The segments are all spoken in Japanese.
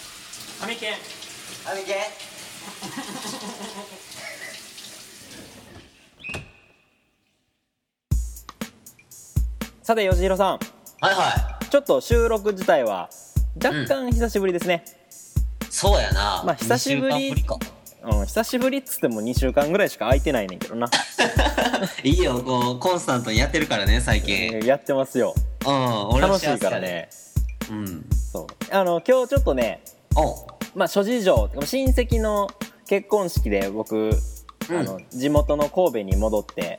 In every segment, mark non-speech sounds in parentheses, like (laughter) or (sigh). けんあみけさてよしひろさんはいはいちょっと収録自体は若干久しぶりですね、そうやなまあ久しぶり二週間ぶうん久しぶりっつっても2週間ぐらいしか空いてないねんけどな、りかいいよこうコンスタントにやってるからね最近、やってますようん俺は楽し幸いせやからねうんそうあの今日ちょっとねおまあ諸事情親戚の結婚式で僕、あの地元の神戸に戻って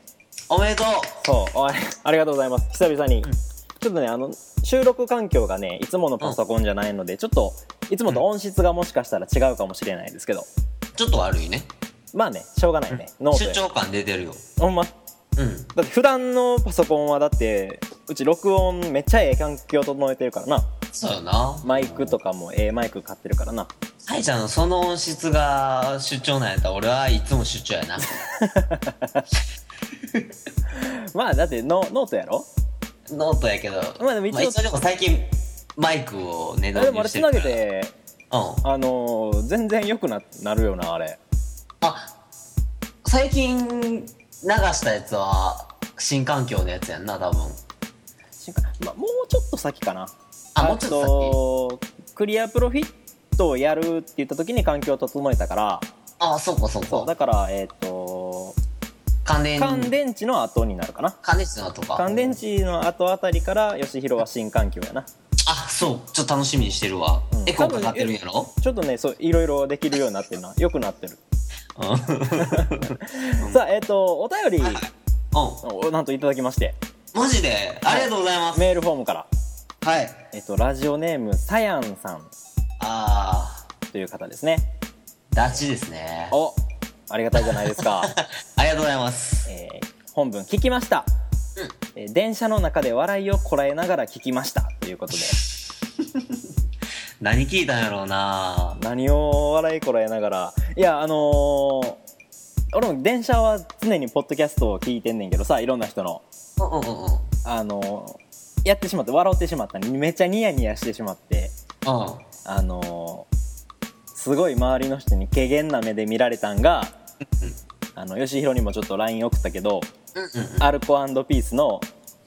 おめでとうそうあれありがとうございます久々に、ちょっとねあの収録環境がねいつものパソコンじゃないので、ちょっといつもと音質がもしかしたら違うかもしれないですけど、ちょっと悪いねまあねしょうがないね、ノート出や張感出てるよほんまうんだって普段のパソコンはだってうち録音めっちゃええ環境整えてるからなそうやなマイクとかもええマイク買ってるからなさいちゃんのその音質が出張なんやったら俺はいつも出 (laughs) 張やなまあだってノノートやろノートやけどまあでも一応でも最近マイクをねあ導でもあ入れしつてるかならげてうんあのー全然良くななるよなあれあ最近流したやつは新環境のやつやんな多分しかまあもうちょっと先かなあもうちょっととクリアプロフィットをやるって言った時に環境を整えたから先あそうかそうそうかだからえっ、と乾電乾電池の後になるかな乾電池のとか乾電池の後あたりから吉弘は新環境やなあそうちょっと楽しみにしてるわ、うんエコーかかってるんやろちょっとねそういろいろできるようになってるな良くなってるうんさあえっ、とお便りうんおなんといただきましてマジでありがとうございます、メールフォームからはいえっ、とラジオネームさやんさんああという方ですねダチですね (laughs) おありがたいじゃないですか、ありがとうございますえー本文聞きました、えー電車の中で笑いをこらえながら聞きましたということで何聞いたんやろうな何を笑いこらえながらいやあのー俺も電車は常にポッドキャストを聞いてんねんけどさいろんな人のうんうんうんうんうんあのーやってしまって笑ってしまっためっちゃニヤニヤしてしまってあのーすごい周りの人に怪げな目で見られたんがあの吉弘にもちょっと LINE 送ったけどうんうんアルコピースの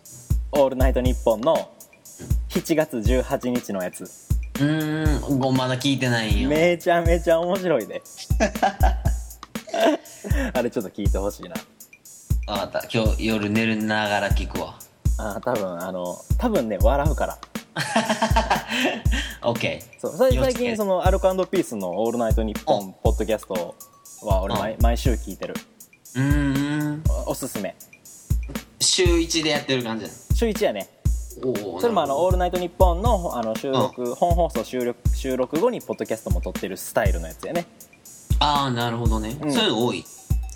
「オールナイトニッポン」の7月18日のやつうーんごまだ聞いてないんよめちゃめちゃ面白 (laughs) いであれちょっと聞いてほしいなわかった今日夜寝るながら聞くわあー多分あの多分ね笑うから (laughs) オッケーそう最よろし最く近そのアルコピースの「オールナイトニッポン」ポッドキャストは俺毎毎週聞いてるうーんおおすすめ週一でやってる感じだ週1やねおおそれもあの「オールナイトニッポンの」あの収録、本放送収録収録後にポッドキャストも撮ってるスタイルのやつやねああなるほどね、うんそういうの多い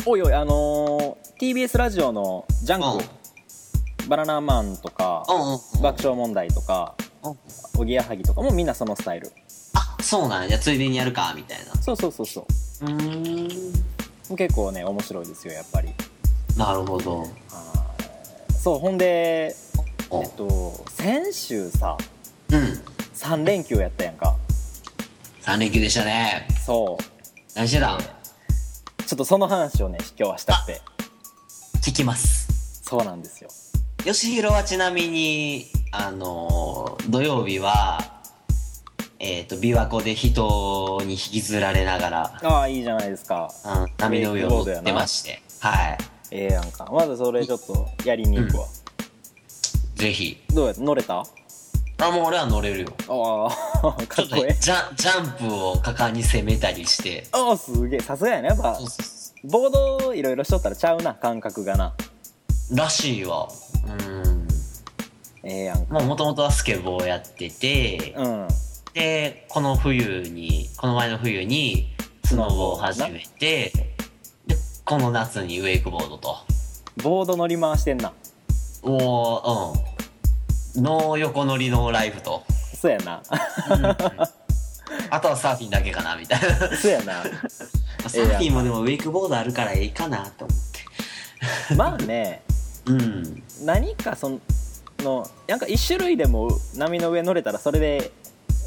おいおいあのー TBS ラジオの「ジャうンんク」バナナマン」とかうんうん「爆笑問題」とかうん「おぎやはぎ」とかもみんなそのスタイルあそうなんやじゃあついでにやるかみたいそうそうそうそなうーんう結構ね面白いですよやっぱりなるほどあーそうほんでおえっと先週さうん3連休やったやんか三連休でしたねそう何してたちょっとその話をね今日はしたくて聞きますそうなんですよよしひろはちなみに、あのー土曜日は、えっ、と、琵琶湖で人に引きずられながら、ああいいじゃないですかうん、波の上を乗ってまして、はい。ええやんかまずそれちょっとやりに行くわ、ぜひ。どうや乗れたああ、もう俺は乗れるよ。あちかょっっとこえねえジャン、ジャンプを果敢に攻めたりして、ああすげえさすがやねやっぱそうそうそボードいろいろしとったらちゃうな感覚がなうらしいわ。うん。ええやんかもうもともとはスケボーをやってて、うんで、この冬に、この前の冬に、スノボを始めて、で、この夏にウェイクボードと。ボード乗り回してんなおーうんの横乗りのライフと、そうやな (laughs) あとはサーフィンだけかなみたいなそうやなサーフィンもでもウェイクボードあるからええかなと思まあねってうん何かそのなんか一種類でも波の上乗れたらそれで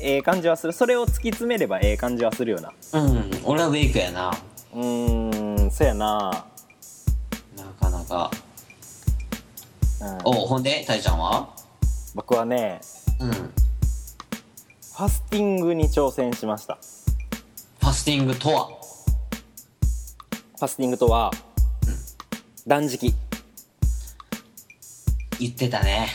ええ感じはするそれを突き詰めればええ感じはするよなうん俺はウェイクやなうーんそやななかなかうんおほんでたいちゃんは僕はねうんフファスティングに挑戦しましたァスティングとはファスティングとは断食言ってたね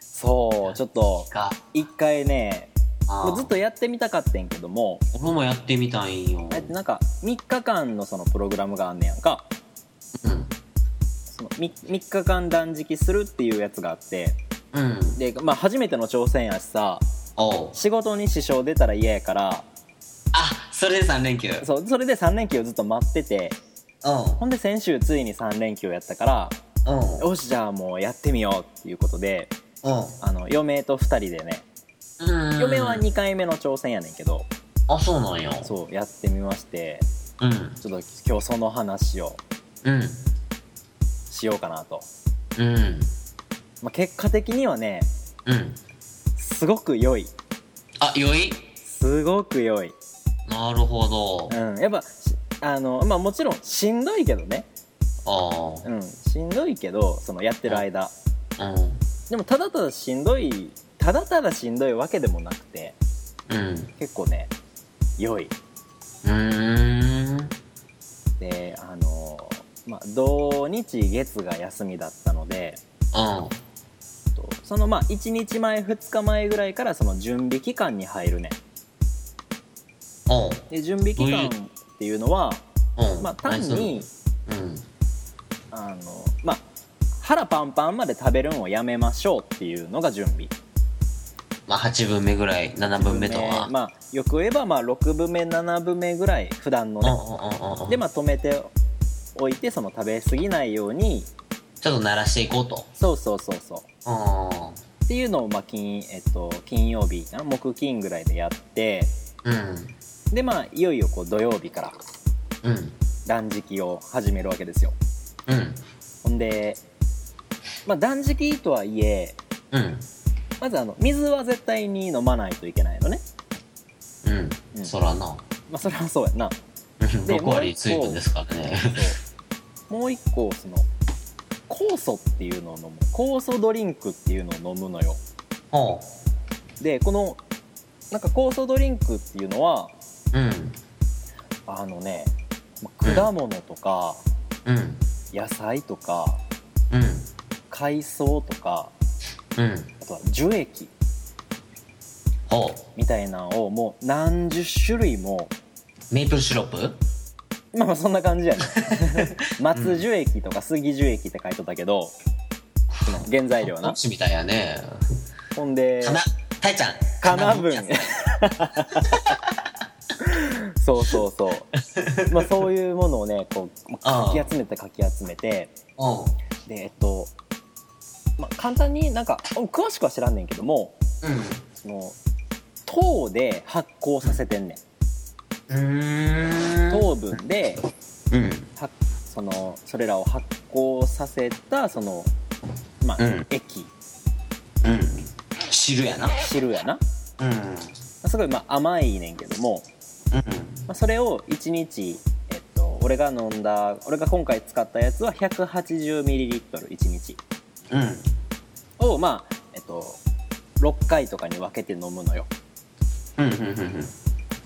そうちょっとか一回ねあもうずっとやってみたかってんけども俺もやってみたいんよえっとなんか3日間のそのプログラムがあんねやんかうんその 3, 日間断食するっていうやつがあってうんで、まあ、初めての挑戦やしさおう仕事に支障出たら嫌やからあそれで3連休そうそれで3連休をずっと待っててうほんで先週ついに3連休やったからんうんよしじゃあもうやってみようっていうことであの嫁と2人でねうんうん嫁は2回目の挑戦やねんけどあそうなんやそうやってみましてうんちょっと今日その話をうんしようかなと、うんまあ、結果的にはねうんすごく良いあ良いすごく良い、なるほどうん、やっぱしあのまあもちろんしんどいけどねあうんしんどいけどそのやってる間あうんでもただただしんどいただただしんどいわけでもなくてうん結構ね良いうーんであのまあ土日月が休みだったのでうんとそのまあ1日前2日前ぐらいからその準備期間に入るねおうで準備期間っていうのは、うんまあ、単にうんあの、まあ、腹パンパンまで食べるんをやめましょうっていうのが準備まあ8分目ぐらい7分目とはまあ、よく言えばまあ6分目7分目ぐらい普段のうんねうんうんうんでまあ止めておいてその食べ過ぎないようにちょっと鳴らしていこうとそうそうそうそううっていうのをまあ金,、えっと、金曜日な木金ぐらいでやってんうんでまあいよいよこう土曜日からうん断食を始めるわけですようんほんで、まあ、断食とはいえうんまずあの水は絶対に飲まないといけないのね、うん、うんそらなまあ、それはそうやなで6割水分ですからねそうもう一個その酵素っていうのを飲む酵素ドリンクっていうのを飲むのよほでこのなんか酵素ドリンクっていうのはううんあのねまあ果物とかうん野菜とかうん海藻とかうんあとは樹液ほみたいなのをもう何十種類もうメープルシロップまあまあそんな感じやね (laughs) 松樹液とか杉樹液って書いとったけど、その原材料どなっちみたいやねほんでかなたいちゃんかなぶん分 (laughs) そうそうそうまあそういうものをねこうかき集めてかき集めてうんでえっと、まあ、簡単になんかうん詳しくは知らんねんけどもうんその糖で発酵させてんねうーんん糖分でうん発そのそれらを発酵させたその、まあうん液うん汁やな汁やなうんすごいまあ甘いねんけども、うんまあ、それを1日、えっと、俺が飲んだ俺が今回使ったやつは 180ml1 日うんをまあえっと6回とかに分けて飲むのようんうんうんうん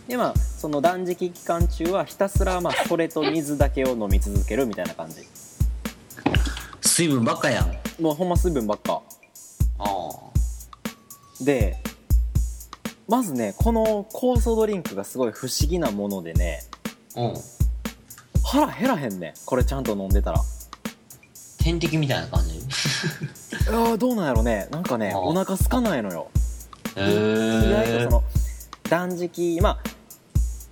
でまあその断食期間中はひたすらまあそれと水だけを飲み続けるみたいな感じ水分ばっかやんあもうほんま水分ばっかあでまずねこの酵素ドリンクがすごい不思議なものでねうん腹減らへんねこれちゃんと飲んでたら点滴みたいな感じへあーどうなんやろねなんかねあーお腹空かないのよえ意外とその断食まあ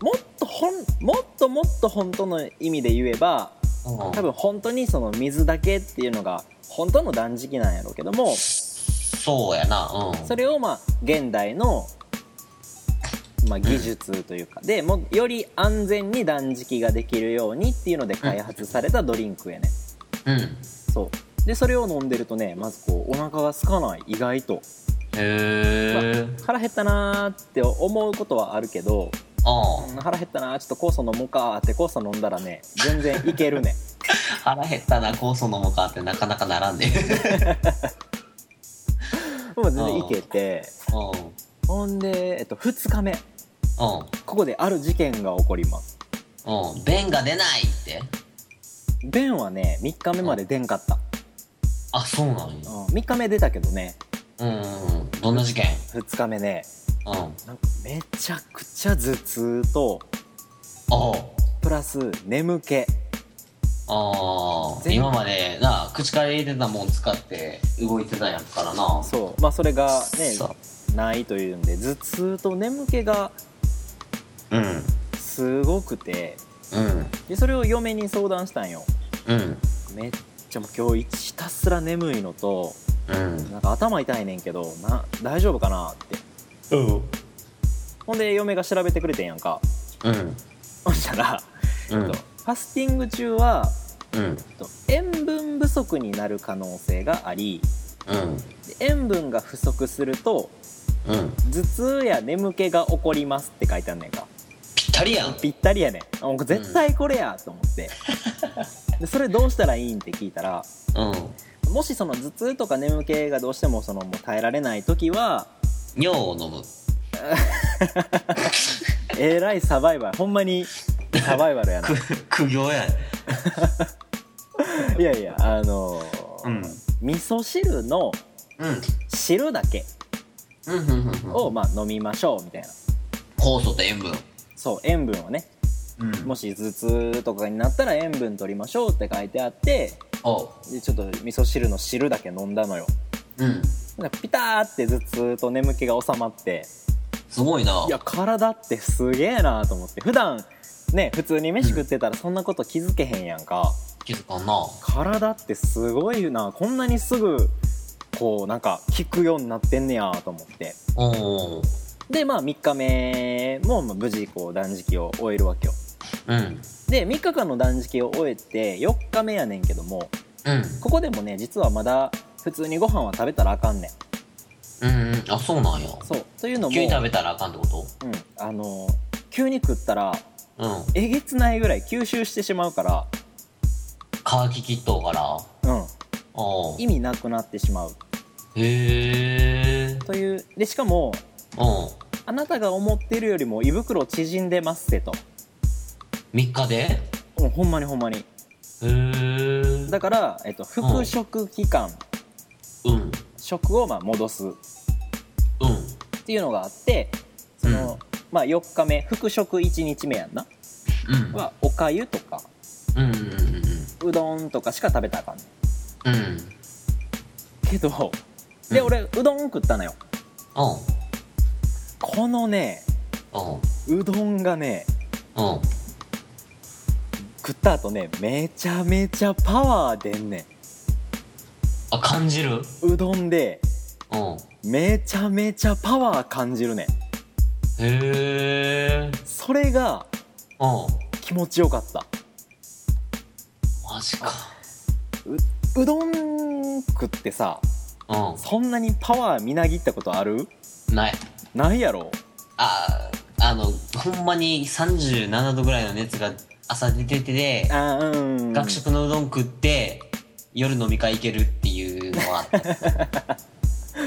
もっとほんもっともっと本当の意味で言えば多多分本当にその水だけっていうのが本当の断食なんやろうけどもそうやなうんそれをまあ現代の、まあ、技術というかでもうより安全に断食ができるようにっていうので開発されたドリンクやねうんそうでそれを飲んでるとねまずこうお腹が空かない意外とへえ腹減ったなーって思うことはあるけどあうん腹減ったなーちょっと酵素飲もうかーって酵素飲んだらね全然いけるね腹減ったな酵素飲むかってなかなかならんね (laughs) もう全然いけてうんうんほんで、えっと、2日目ここである事件が起こりますうん便が出ないって便はね3日目まで出んかった、あそうなんやうん、3日目出たけどねうんうんうんどんな事件2日目ねうんあなんかめちゃくちゃ頭痛とあプラス眠気ああ全今までな口から入れてたもん使って動いてたんやからなそうまあそれがねそないというんで頭痛と眠気がううんすごくてうんでそれを嫁に相談したんようんめっちゃもう今日ひたすら眠いのとうんなんか頭痛いねんけどな大丈夫かなってうんほんで嫁が調べてくれてんやんかうんほんしたら、うえっんとファスティング中は、うんえっと塩分不足になる可能性がありうんで塩分が不足するとうん頭痛や眠気が起こりますって書いてあんねんかぴったりやんぴったりやねんあもう絶対これやと思って、でそれどうしたらいいんって聞いたらうんもしその頭痛とか眠気がどうしてもそのもう耐えられない時は尿を飲むえらいサバイバルほんまにサバイバルやなく苦行や (laughs) いやいやあのーうん味噌汁のうん汁だけうんうんうんうんをまあ飲みましょうみたいな酵素と塩分そう塩分をねうんもし頭痛とかになったら塩分取りましょうって書いてあっておうでちょっと味噌汁の汁だけ飲んだのようんなんかピターって頭痛と眠気が収まってすごいないや体ってすげえなと思って普段ね普通に飯食ってたらそんなこと気づけへんやんか、気づかんな体ってすごいなこんなにすぐこうなんか効くようになってんねやと思っておうでまあ3日目もまあ無事こう断食を終えるわけようんで3日間の断食を終えて4日目やねんけどもうんここでもね実はまだ普通にご飯は食べたらあかんねんうんうんあそうなんやそうというのも急に食べたらあかんってこうん、あの急に食ったらとうんえげつないぐらい吸収してしまうから、乾ききっとうからうん、おう意味なくなってしまうへえというでしかもうんあなたが思っているよりも胃袋縮んでますってと3日でへもうほんまにほんまにえだから、えっと、復食期間、うんうん食をまあ戻すっていうのがあってその、うんまあ、4日目復食1日目やんなうんはおかゆとかうんうんうんうどんとかしか食べたらあかんねうんうんんけどでうん俺うどん食ったのよおうこのねおううどんがねおう食った後ねめちゃめちゃパワー出んねあ感じるんうどんでうんめちゃめちゃパワー感じるねんへえそれがうん気持ちよかったマジかうどん食ってさうそんなにパワーみなぎったことあるんないないやろあーあのほんまに37度ぐらいの熱が朝出ててあーうん学食のうどん食って夜飲み会行けるっていうのは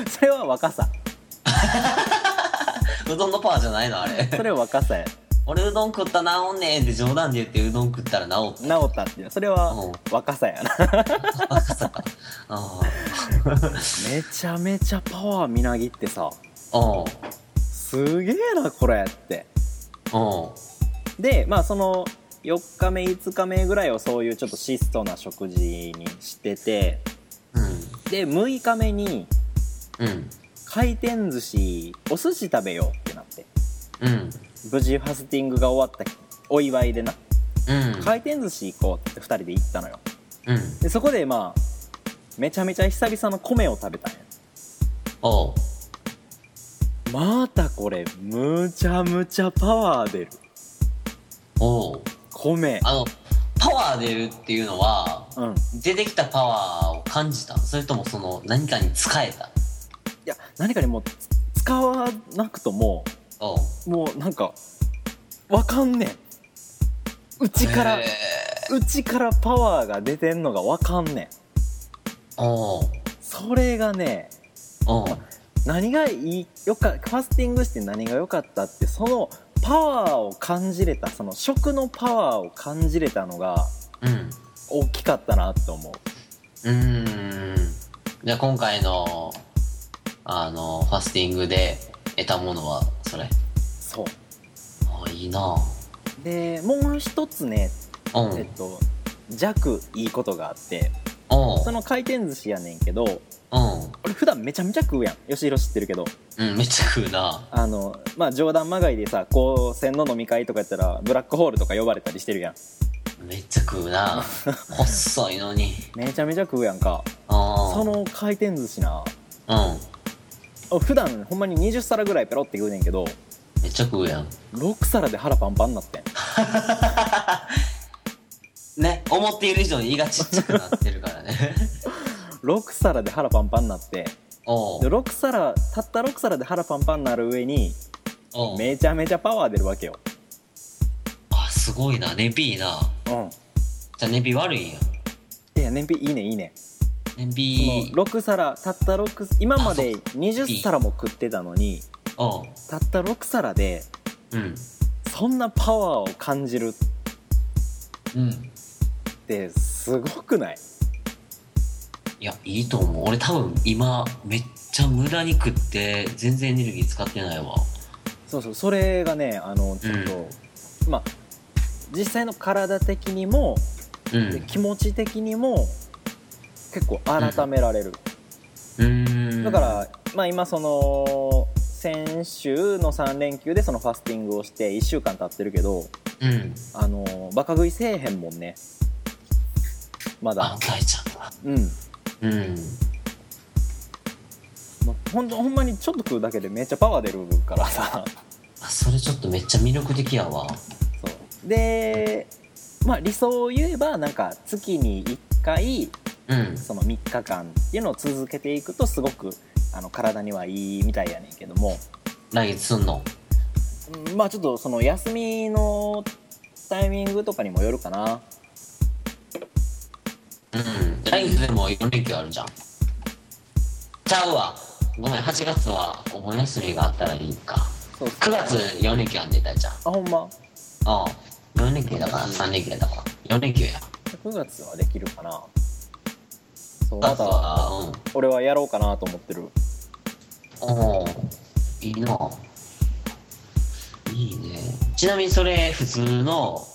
それは若さうどんのパワーじゃないのあれそれは若さや俺うどん食ったなおんねんって冗談で言ってうどん食ったら治治っったっていうそれはうん若さやなた若さかあめちゃめちゃパワーみなぎってさあうんうんすげえなこれってでまあその4日目5日目ぐらいをそういうちょっと質素な食事にしててで6日目にうんうん回転寿司お寿司食べようってなってうん無事ファスティングが終わったお祝いでなうん回転寿司行こうって2人で行ったのようんでそこでまあめちゃめちゃ久々の米を食べたんやおうまたこれむちゃむちゃパワー出るおう米あのパワー出るっていうのはうん出てきたパワーを感じたそれともその何かに使えたや何かにもうつ使わなくともおもうなんかわかんねんうちからへうちからパワーが出てんのがわかんねんーおうそれがねおう何がいいよかファスティングして何が良かったってそのパワーを感じれたその食のパワーを感じれたのがうん大きかったなと思ううーんじゃあ今回のあのファスティングで得たものはそれそうあいいなでもう一つね、うんえっと、弱いいことがあってうんその回転寿司やねんけどうん俺普段めちゃめちゃ食うやん吉弘知ってるけどうんめっちゃ食うなあのまあ冗談まがいでさ高専の飲み会とかやったらブラックホールとか呼ばれたりしてるやんめっちゃ食うな細いのにめちゃめちゃ食うやんかあその回転寿司なうんあ普段ほんまに20皿ぐらいペロって食うねんけどめっちゃ食うやん6皿で腹パンパンになってんね思っている以上に胃がちっちゃくなってるからね (laughs) 6皿で腹パンパンになっておでう6皿たった6皿で腹パンパンになる上におうめちゃめちゃパワー出るわけよあすごいな燃費いいなうんじゃあ燃費悪いんやいや燃費いいねいいね燃そ費の6皿たった6今まで20皿も食ってたのにおうたった6皿でうんそんなパワーを感じるっうんてすごくないいやいいと思う俺多分今めっちゃ無駄に食って全然エネルギー使ってないわそうそうそれがねあのちょっと、まあ実際の体的にもうんでう気持ち的にも結構改められる、ーんだから、まあ、今その先週の3連休でそのファスティングをして1週間経ってるけどうんあのバカ食いせえへんもんねまあだ大ちゃんだうんうんもうほんとほんまにちょっと食うだけでめっちゃパワー出るからさ (laughs) あそれちょっとめっちゃ魅力的やわそうでまあ理想を言えばなんか月に1回うんその3日間っていうのを続けていくとすごくあの体にはいいみたいやねんけども来月すんのうんまあちょっとその休みのタイミングとかにもよるかなうん来月でも4連休あるじゃんちゃうわごめん8月はお盆休みがあったらいいかそう9月4連休あんで大ちゃんあほんまああ4連休だから3連休だから4連休や9月はできるかなそうまあとたはうん俺はやろうかなと思ってるおおいいないいねちなみにそれ普通の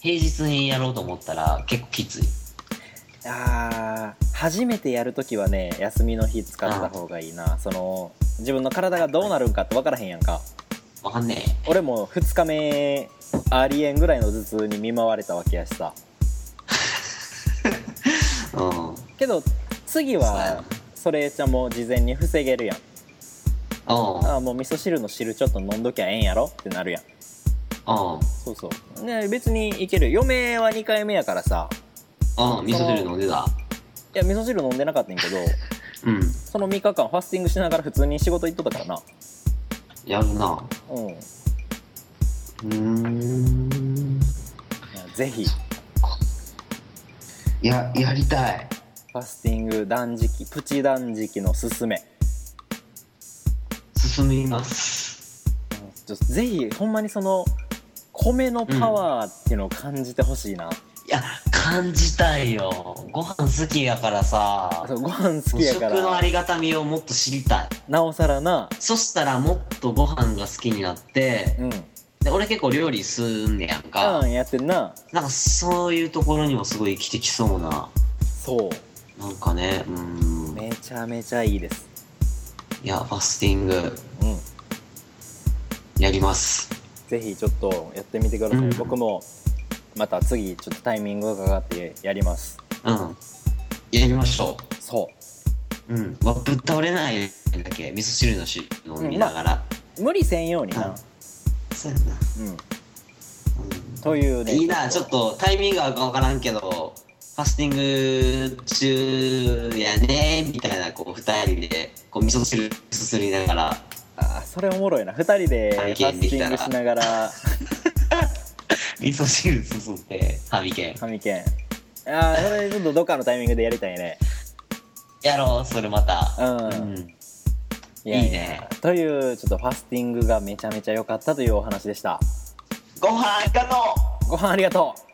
平日にやろうと思ったら結構きついあー初めてやるときはね休みの日使った方がいいなその自分の体がどうなるんかって分からへんやんかわかんね俺も2日目ありえんぐらいの頭痛に見舞われたわけやしさえうんけど次はそれちゃんも事前に防げるやんおあーもう味噌汁の汁ちょっと飲んどきゃええんやろってなるやんおそうそうね別にいける嫁は2回目やからさお味噌汁飲んでたいや味噌汁飲んでなかったん (laughs) やけどうんその3日間ファスティングしながら普通に仕事行っとったからなやるなうんいやうーんぜひややりたいファスティング断食プチ断食のすすめ、進みますちょぜひほんまにその米のパワーっていうのを感じてほしいな、いや感じたいよご飯好きやからさそうご飯好きやか食のあらりがたみをもっと知りたいなおさらなそしたらもっとご飯が好きになってうんで俺結構料理すんねやんか、うんやってんななんかそういうところにもすごい生きてきそうなそうなんかねうんめちゃめちゃいいですいやファスティングうんやりますぜひちょっとやってみてください、うん僕もまた次ちょっとタイミングがかかってやりますうんやりましょそううんわぶっ倒れないだけ味噌汁の汁飲みながら、う無理せんようにう、なんそうやな、うん、うというんねいいなちょっとタイミングがわからんけどファファスティング中やねみたいなこう二人でこう味噌汁すすりながらあーそれおもろいな2人でファ体ス験テできィンたグらしなが (laughs) ら味噌汁すすってハミケン神剣ああそれちょっとどっかのタイミングでやりたいねやろうそれまたうんうんいいいねというちょっとファスティングがめちゃめちゃ良かったというお話でしたご飯ありがとうご飯ありがとう